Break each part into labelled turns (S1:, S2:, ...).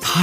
S1: 他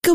S2: 各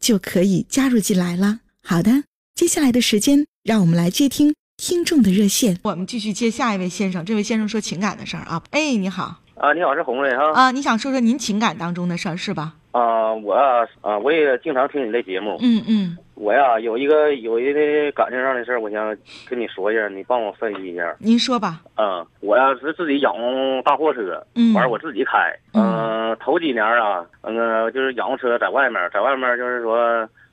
S2: 就可以加入进来了。好的，接下来的时间，让我们来接听听众的热线。
S3: 我们继续接下一位先生，这位先生说情感的事儿啊。哎，你好
S4: 啊，你好，是红瑞哈。
S3: 啊，你想说说您情感当中的事儿是吧？
S4: 啊，我啊，啊我也经常听你的节目。
S3: 嗯嗯，
S4: 我呀，有一个有一个感情上的事儿，我想跟你说一下，你帮我分析一下。
S3: 您说吧。
S4: 嗯，我呀是自己养大货车，
S3: 嗯
S4: 完了我自己开。嗯、头几年啊，嗯、就是养车在外面，在外面就是说，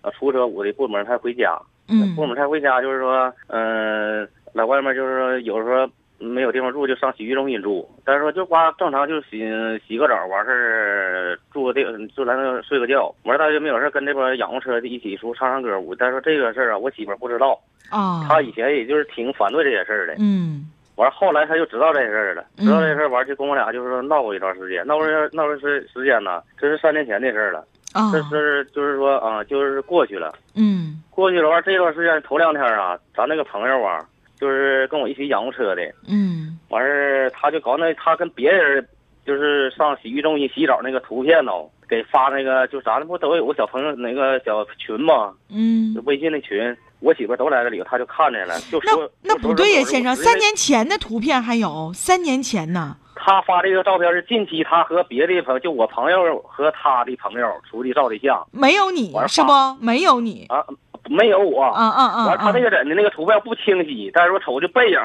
S4: 呃出车我的不门才回家，
S3: 嗯
S4: 父母才回家，就是说，嗯、在外面就是说，有时候没有地方住，就上洗浴中心住。但是说就光正常就洗洗个澡，完事儿住个地，就来那睡个觉。完事儿就没有事儿跟这边养护车的一起出唱唱歌舞。但是说这个事儿啊，我媳妇儿不知道，
S3: 哦，
S4: 她以前也就是挺反对这些事儿的。
S3: 嗯
S4: 完后来她就知道这事儿了，
S3: 嗯
S4: 知道这事儿完就跟我俩就是说闹过一段时间，闹过一段闹过时时间呢，这是三年前的事儿了。
S3: 哦
S4: 这是就是说啊，就是过去了。
S3: 嗯
S4: 过去的话，这段时间头两天啊，咱那个朋友啊，就是跟我一起养过车的，
S3: 嗯
S4: 完事儿他就搞那他跟别人就是上洗浴中心洗澡那个图片呢，给发那个就咱不都有个小朋友那个小群吗？就
S3: 嗯，
S4: 微信那群，我媳妇儿都来这里头，他就看见了，就
S3: 那
S4: 说
S3: 那不对呀，先生，三。
S4: 就说是我直接
S3: 年前的图片还有三年前呢。
S4: 他发这个照片是近期他和别的朋友，就我朋友和他的朋友出去照的相
S3: 没有你
S4: 玩法
S3: 是不？没有你，
S4: 啊，没有我
S3: 啊啊啊！
S4: 完，他那个人的那个图片不清晰，但是我瞅着背影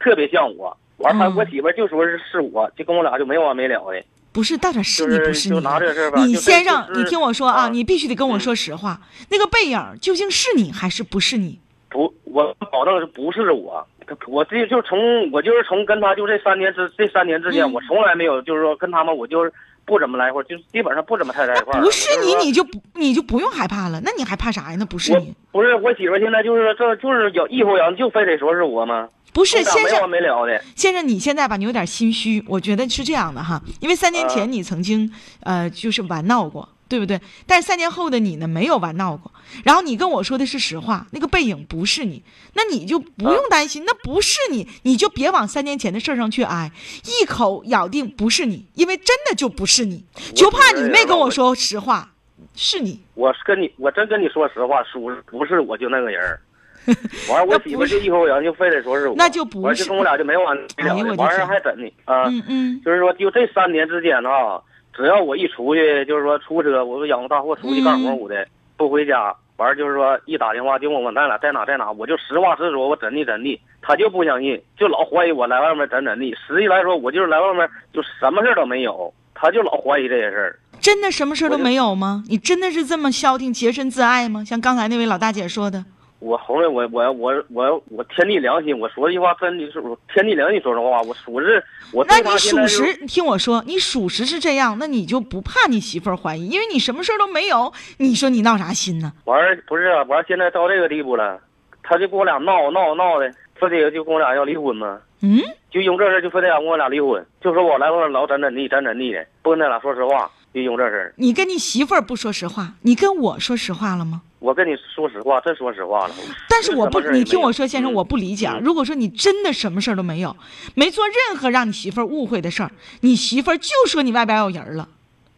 S4: 特别像我。完，他
S3: 嗯
S4: 我媳妇儿就说是是我，就跟我俩就没完没了的，
S3: 不是，到底是
S4: 就
S3: 你不
S4: 是
S3: 是
S4: 就
S3: 你？
S4: 拿这个事儿吧。
S3: 你
S4: 就是
S3: 先生，
S4: 就是
S3: 你听我说啊，
S4: 啊
S3: 你必须得跟我
S4: 嗯
S3: 说实话，那个背影儿究竟是你还是不是你？
S4: 不，我保证是不是我。我这就从我就是从跟他就这三年之这三年之间，
S3: 嗯
S4: 我从来没有就是说跟他们我就是不怎么来一块儿，就是基本上不怎么太在一块儿了。
S3: 不是
S4: 我就
S3: 你
S4: 说，
S3: 你就不你就不用害怕了，那你还怕啥呀？那不是你，
S4: 我不是我媳妇儿现在就是这就是有一口羊，就非得说是我吗？
S3: 不是
S4: 我俩
S3: 先
S4: 没完
S3: 生
S4: 没了的。
S3: 先生，你现在吧，你有点心虚，我觉得是这样的哈，因为三年前
S4: 啊
S3: 你曾经呃就是玩闹过，对不对？但是三年后的你呢，没有玩闹过，然后你跟我说的是实话，那个背影不是你，那你就不用担心，那不是你，你就别往三年前的事儿上去挨，一口咬定不是你，因为真的就不是你，就怕你没跟我说实话，是你。
S4: 我是跟你，我真跟你说实话，属实不是我就那个 人儿。完了，
S3: 那
S4: 我
S3: 不
S4: 媳妇儿就一口人，就非得说是我，
S3: 那就不
S4: 完了
S3: 是
S4: 就跟我俩就没完没了
S3: 哎呦
S4: 的
S3: 我。的
S4: 完事
S3: 天
S4: 儿还怎的啊？
S3: 嗯嗯
S4: 就是说，就这三年之间啊，只要我一出去，就是说出车，我养大货出去干活
S3: 嗯
S4: 我的，不回家，完了就是说一打电话就问我在哪在哪在哪，我就实话实说，我怎的怎的，他就不相信，就老怀疑我来外面怎怎的。实际来说，我就是来外面就什么事儿都没有，他就老怀疑这些事儿。
S3: 真的什么事儿都
S4: 我就
S3: 没有吗？你真的是这么消停、洁身自爱吗？像刚才那位老大姐说的，
S4: 我红了，我我我我我天地良心，我说句话真的是我天地良心说实话，我属实我
S3: 那
S4: 对
S3: 你
S4: 他现
S3: 属
S4: 在就是
S3: 实，你听我说，你属实是这样，那你就不怕你媳妇儿怀疑，因为你什么事儿都没有，你说你闹啥心呢？
S4: 完儿不是啊，完儿现在到这个地步了，他就跟我俩闹闹闹的，非得就跟我俩要离婚嘛，
S3: 嗯，
S4: 就因这事儿就非得想跟我俩离婚，就说我来我老怎怎地怎怎地的，不跟他俩说实话，就因这事儿。
S3: 你跟你媳妇儿不说实话，你跟我说实话了吗？
S4: 我跟你说实话，真说实话了。
S3: 但是我不，
S4: 什么事儿也没有
S3: 你听我说，先生，
S4: 嗯
S3: 我不理解啊。
S4: 嗯
S3: 如果说你真的什么事儿都没有，没做任何让你媳妇儿误会的事儿，你媳妇儿就说你外边有人儿了，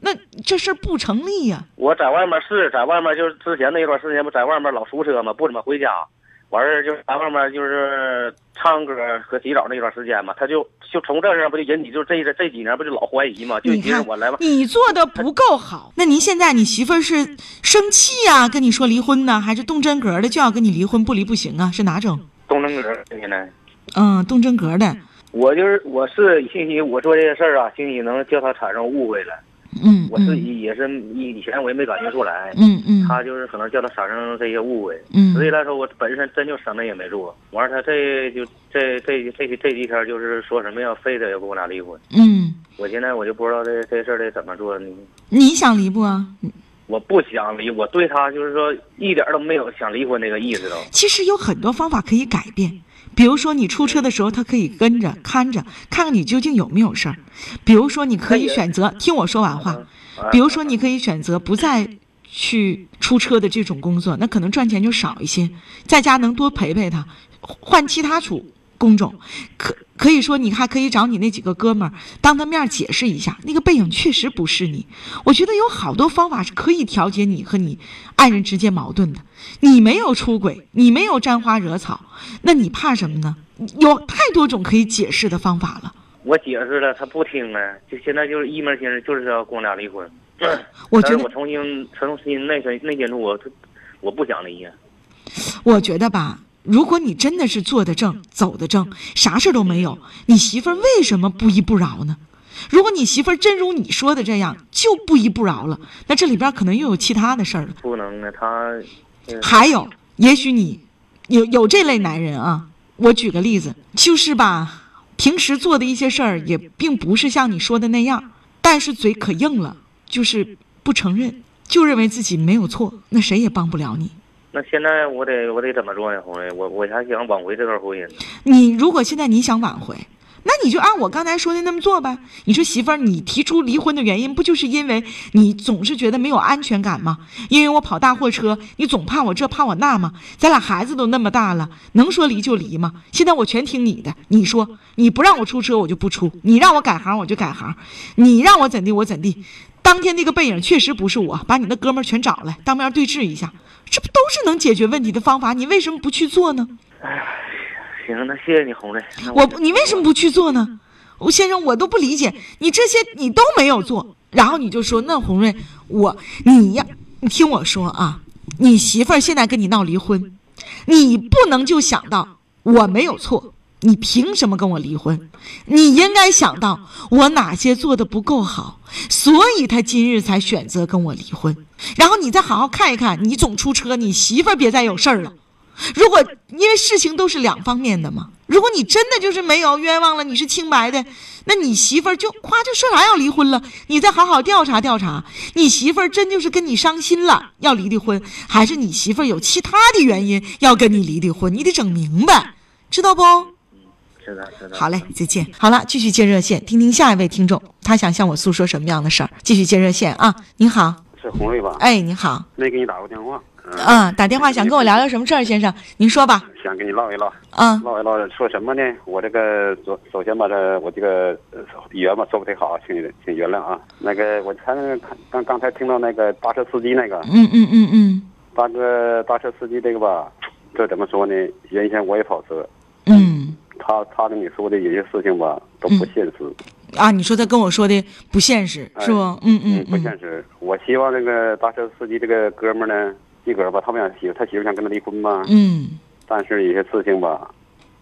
S3: 那这事儿不成立呀、
S4: 我在外面是在外面，就是之前那段时间不在外面老出车嘛，不怎么回家。完事儿就是在外面就是唱歌和洗澡那段时间嘛，他就就从这上不就引起就是这这几年不就老怀疑嘛，就
S3: 你
S4: 寻思
S3: 看
S4: 我来吧，
S3: 你做的不够好。 那您现在你媳妇儿是生气呀、跟你说离婚呢，还是动真格的就要跟你离婚不离不行啊？是哪种？
S4: 动真格儿现在。
S3: 嗯，动真格的。
S4: 我就是我是信息，我做这些事儿啊，信息能叫他产生误会了。
S3: 嗯，
S4: 我自己也是以前我也没感觉出来，
S3: 嗯嗯
S4: 他就是可能叫他产生这些误会。
S3: 嗯
S4: 所
S3: 嗯
S4: 以来说，我本身真就什么也没做。完了，他这就这这这这几天就是说什么呀，非得要跟我俩离婚。
S3: 嗯，
S4: 我现在我就不知道这这事儿得怎么做。你
S3: 你想离不啊？
S4: 我不想离，我对他就是说一点儿都没有想离婚那个意思都。
S3: 其实有很多方法可以改变，比如说你出车的时候，他可以跟着看着，看看你究竟有没有事儿；比如说你可以选择听我说完话，
S4: 啊
S3: 比如说你可以选择不再去出车的这种工作，那可能赚钱就少一些，在家能多陪陪他，换其他处。工种，可可以说你还可以找你那几个哥们儿当他面儿解释一下，那个背影确实不是你。我觉得有好多方法是可以调节你和你爱人之间矛盾的。你没有出轨，你没有沾花惹草，那你怕什么呢？有太多种可以解释的方法了。
S4: 我解释了，他不听啊，就现在就是一门心思就是要跟我俩离婚。
S3: 我
S4: 但
S3: 觉
S4: 是
S3: 得
S4: 我重新重新内心内心中我我不想离呀。
S3: 我觉得吧，如果你真的是坐得正、走得正，啥事儿都没有，你媳妇儿为什么不依不饶呢？如果你媳妇儿真如你说的这样，就不依不饶了，那这里边可能又有其他的事儿了。
S4: 不能啊，他
S3: 还有，也许你有有这类男人啊，我举个例子，就是吧，平时做的一些事儿也并不是像你说的那样，但是嘴可硬了，就是不承认，就认为自己没有错，那谁也帮不了你。
S4: 那现在我得我得怎么做呀，红人？我我还想挽回这段婚姻呢。
S3: 你如果现在你想挽回，那你就按我刚才说的那么做呗。你说媳妇儿，你提出离婚的原因不就是因为你总是觉得没有安全感吗？因为我跑大货车，你总怕我这怕我那吗？咱俩孩子都那么大了，能说离就离吗？现在我全听你的，你说你不让我出车我就不出，你让我改行我就改行，你让我怎地我怎地。当天那个背影确实不是我，把你那哥们儿全找来，当面对峙一下，这不都是能解决问题的方法？你为什么不去做呢？
S4: 行，那谢谢你，红人。那
S3: 我
S4: 就
S3: 不你为什么不去做呢？我先生，我都不理解，你这些你都没有做，然后你就说那红瑞，我你呀，你听我说啊，你媳妇儿现在跟你闹离婚，你不能就想到我没有错，你凭什么跟我离婚？你应该想到我哪些做的不够好，所以他今日才选择跟我离婚。然后你再好好看一看，你总出车，你媳妇儿别再有事儿了。如果因为事情都是两方面的嘛，如果你真的就是没有冤枉了，你是清白的，那你媳妇儿就夸就说啥要离婚了，你再好好调查调查，你媳妇儿真就是跟你伤心了要离的婚，还是你媳妇儿有其他的原因要跟你离的婚，你得整明白，知道不？
S4: 知道知道。
S3: 好嘞，再见。好了，继续接热线，听听下一位听众，他想向我诉说什么样的事儿。继续接热线啊，您好，
S5: 是红瑞吧？
S3: 哎，你好，
S5: 没给你打过电话，嗯、
S3: 嗯，打电话想跟我聊聊什么事儿，先生，您说吧，
S5: 想跟你唠一唠，
S3: 嗯
S5: 唠一唠，说什么呢？我这个首首先吧，这我这个呃语言吧说不太好，请请原谅啊。那个我才看刚刚才听到那个大车司机那个
S3: 嗯嗯嗯嗯
S5: 大哥大车司机这个吧，这怎么说呢？原先我也跑车，
S3: 嗯。
S5: 他他跟你说的有些事情吧都不现实，
S3: 啊，你说他跟我说的不现实，
S5: 哎
S3: 是不？嗯嗯
S5: 不现
S3: 嗯，
S5: 实。我希望这个大车司机这个哥们儿呢，自个儿吧，他不想媳妇，他媳妇想跟他离婚嘛，
S3: 嗯
S5: 但是有些事情吧，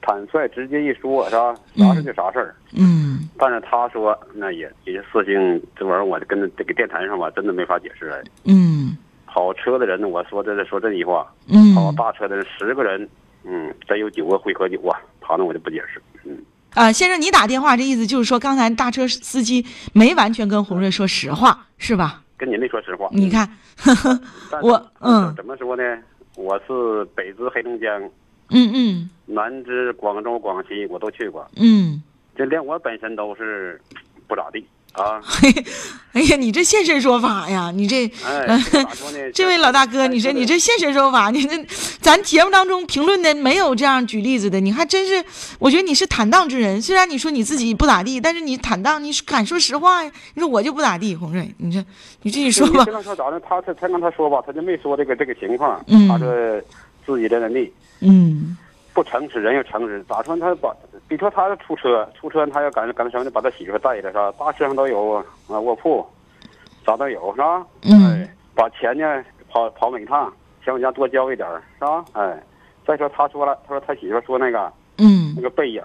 S5: 坦率直接一说，是吧？啥事儿就啥事儿。
S3: 嗯
S5: 但是他说，那也有些事情，这玩意儿我跟这个电台上吧，真的没法解释了。
S3: 嗯
S5: 跑车的人呢，我说这说这句话，跑
S3: 嗯。
S5: 大车的人十个人，嗯，得有九个会喝酒啊。他那我就不解释，嗯，
S3: 啊，先生，你打电话这意思就是说，刚才大车司机没完全跟红瑞说实话，是吧？
S5: 跟你没说实话。
S3: 你看，呵呵，
S5: 但是，
S3: 我
S5: 但是
S3: 嗯
S5: 怎么说呢？我是北至黑龙江，
S3: 嗯嗯
S5: 南至广州、广西，我都去过，
S3: 嗯，
S5: 就连我本身都是不咋地。啊，
S3: 哎呀，你这现身说法呀，你这 ？
S5: 哎，咋说呢
S3: 这位老大
S5: 哎
S3: 哥，你说你这现身说法，你这咱节目当中评论的没有这样举例子的，你还真是，我觉得你是坦荡之人。虽然你说你自己不咋地，但是你坦荡，你敢说实话呀。你说我就不咋地，红瑞，你这你自己说吧
S5: 刚。说咋的？他他他跟他说吧，他就没说这个这个情况。
S3: 嗯
S5: 他说自己的能力
S3: 嗯
S5: 不诚实，人又诚实。咋说呢？他把，比如说他出车，出车他要赶赶什么呢？把他媳妇带着是吧？大车上都有啊，卧铺，啥都有是吧？
S3: 嗯
S5: 哎，把钱呢跑跑每趟，想往家多交一点儿是吧？哎，再说他说了，他说他媳妇说那个那
S3: 嗯
S5: 个背影。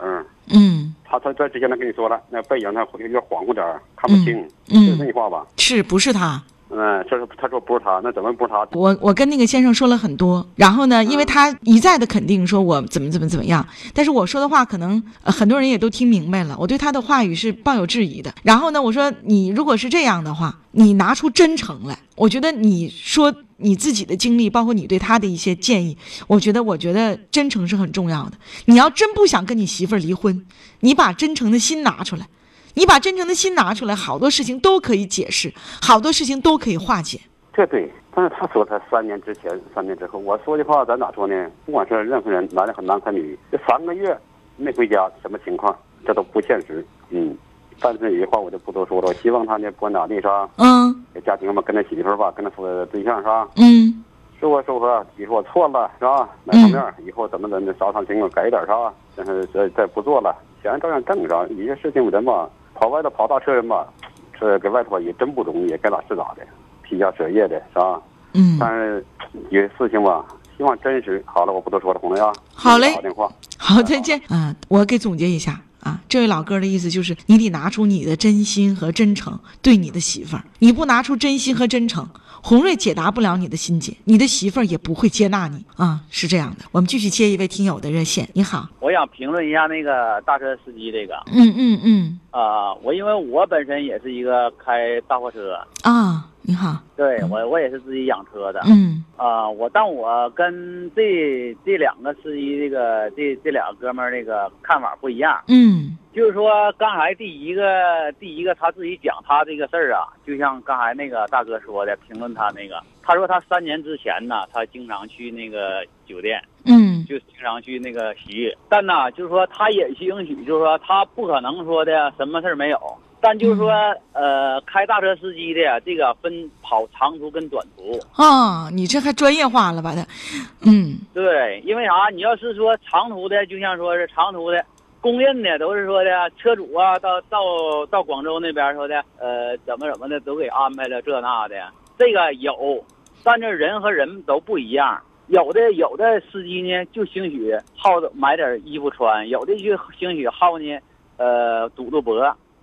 S3: 嗯，
S5: 他他这之前他跟你说了，那背影他有点恍惚点儿，看不清，
S3: 嗯
S5: 就是那话吧？
S3: 是不是他？
S5: 嗯，这是他说不是他，那怎么不是他？
S3: 我我跟那个先生说了很多，然后呢，因为他一再的肯定说我怎么怎么怎么样，但是我说的话可能、呃很多人也都听明白了，我对他的话语是抱有质疑的。然后呢，我说你如果是这样的话，你拿出真诚来，我觉得你说你自己的经历，包括你对他的一些建议，我觉得我觉得真诚是很重要的。你要真不想跟你媳妇儿离婚，你把真诚的心拿出来，你把真诚的心拿出来，好多事情都可以解释，好多事情都可以化解。
S5: 这对，但是他说他三年之前，三年之后，我说的话咱咋说呢？不管是任何人，男的和男和女，这三个月没回家，什么情况？这都不现实。嗯，但是有些话我就不多说了。我希望他呢，不管咋地是吧，
S3: 嗯
S5: 家庭嘛，跟他媳妇儿吧，跟他说对象是吧，
S3: 嗯。
S5: 收获收获。以后我错了是吧？哪方面儿？以后怎么怎么少场情况改一点儿是吧？但是这这不做了，想照样正是吧？有些事情人吧，跑外头跑大车人吧，这给外头也真不容易，该咋是咋的，披家舍业的是吧？
S3: 嗯，
S5: 但是有些事情吧，希望真实。好了，我不多说了，红梅啊。
S3: 好嘞
S5: 打个电话。
S3: 好，再见。啊，我给总结一下啊，这位老哥的意思就是，你得拿出你的真心和真诚对你的媳妇儿，你不拿出真心和真诚，红瑞解答不了你的心结，你的媳妇儿也不会接纳你啊，是这样的。我们继续接一位听友的热线，你好，
S4: 我想评论一下那个大车司机这个
S3: 嗯嗯嗯，
S4: 啊、我因为我本身也是一个开大货车，
S3: 啊，你好，
S4: 对我我也是自己养车的
S3: 嗯
S4: 啊、我但我跟这这两个司机这个这这两个哥们儿这个看法不一样，
S3: 嗯
S4: 就是说刚才第一个第一个他自己讲他这个事儿啊，就像刚才那个大哥说的，评论他那个，他说他三年之前呢，他经常去那个酒店。
S3: 嗯
S4: 就经常去那个洗浴。但呢，就是说他也兴许，就是说他不可能说的什么事儿没有。但就是说，呃，开大车司机的这个分跑长途跟短途，
S3: 啊，你这还专业化了吧的，嗯
S4: 对，因为啥？你要是说长途的，就像说是长途的，公认的都是说的车主啊，到到到广州那边说的，呃，怎么怎么的都给安排了这那的，这个有，但是人和人都不一样。有的有的司机呢，就兴许好买点衣服穿，有的就兴许好呢，呃，赌赌博，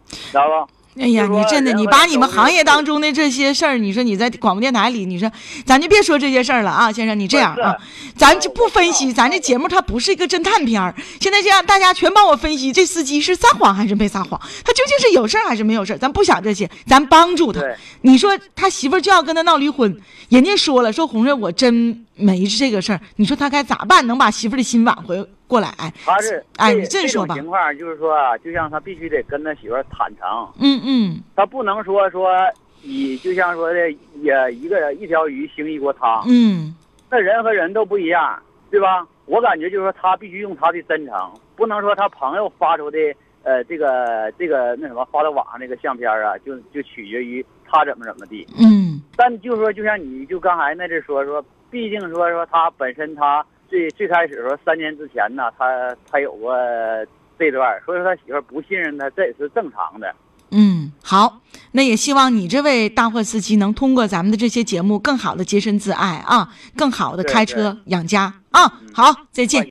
S4: 知道不？
S3: 哎呀，你真的，你把你们行业当中的这些事儿，你说你在广播电台里，你说咱就别说这些事儿了啊，先生，你这样啊，咱就不分析，咱这节目它不是一个侦探片儿。现在这样，大家全帮我分析，这司机是撒谎还是没撒谎，他究竟是有事儿还是没有事儿，咱不想这些，咱帮助他
S4: 对。
S3: 你说他媳妇儿就要跟他闹离婚，人家说了，说红瑞我真没这个事儿，你说他该咋办，能把媳妇儿的心挽回过来？
S4: 他是
S3: 哎
S4: 这
S3: 你这说
S4: 种
S3: 吧
S4: 情况就是说啊，就像他必须得跟他媳妇儿坦诚，
S3: 嗯嗯
S4: 他不能说说以就像说的也一个人一条鱼兴一锅汤，
S3: 嗯
S4: 那人和人都不一样，对吧？我感觉就是说他必须用他的真诚，不能说他朋友发出的呃这个这个那什么发到网上那个相片啊，就就取决于他怎么怎么地。
S3: 嗯
S4: 但就是说，就像你就刚才那阵说说，毕竟说说他本身他最最开始说三年之前呢，他他有过这段，所以说他媳妇儿不信任他，这也是正常的。
S3: 嗯，好，那也希望你这位大货司机能通过咱们的这些节目，更好的洁身自爱啊，更好的
S4: 对嗯
S3: 开
S4: 对
S3: 车养家啊。好，再见。